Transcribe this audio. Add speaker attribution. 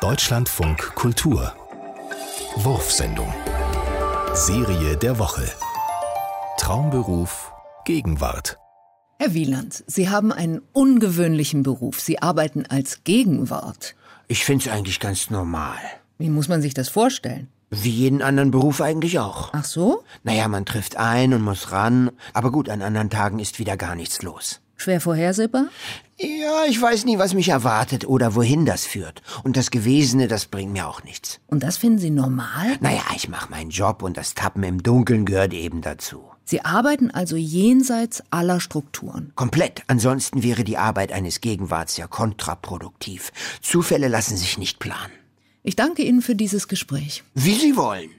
Speaker 1: Deutschlandfunk Kultur. Wurfsendung. Serie der Woche. Traumberuf Gegenwart.
Speaker 2: Herr Wieland, Sie haben einen ungewöhnlichen Beruf. Sie arbeiten als Gegenwart.
Speaker 3: Ich find's eigentlich ganz normal.
Speaker 2: Wie muss man sich das vorstellen?
Speaker 3: Wie jeden anderen Beruf eigentlich auch.
Speaker 2: Ach so?
Speaker 3: Naja, man trifft ein und muss ran. Aber gut, an anderen Tagen ist wieder gar nichts los.
Speaker 2: Schwer vorhersehbar?
Speaker 3: Ja, ich weiß nie, was mich erwartet oder wohin das führt. Und das Gewesene, das bringt mir auch nichts.
Speaker 2: Und das finden Sie normal?
Speaker 3: Naja, ich mach meinen Job und das Tappen im Dunkeln gehört eben dazu.
Speaker 2: Sie arbeiten also jenseits aller Strukturen.
Speaker 3: Komplett. Ansonsten wäre die Arbeit eines Gegenwarts ja kontraproduktiv. Zufälle lassen sich nicht planen.
Speaker 2: Ich danke Ihnen für dieses Gespräch.
Speaker 3: Wie Sie wollen.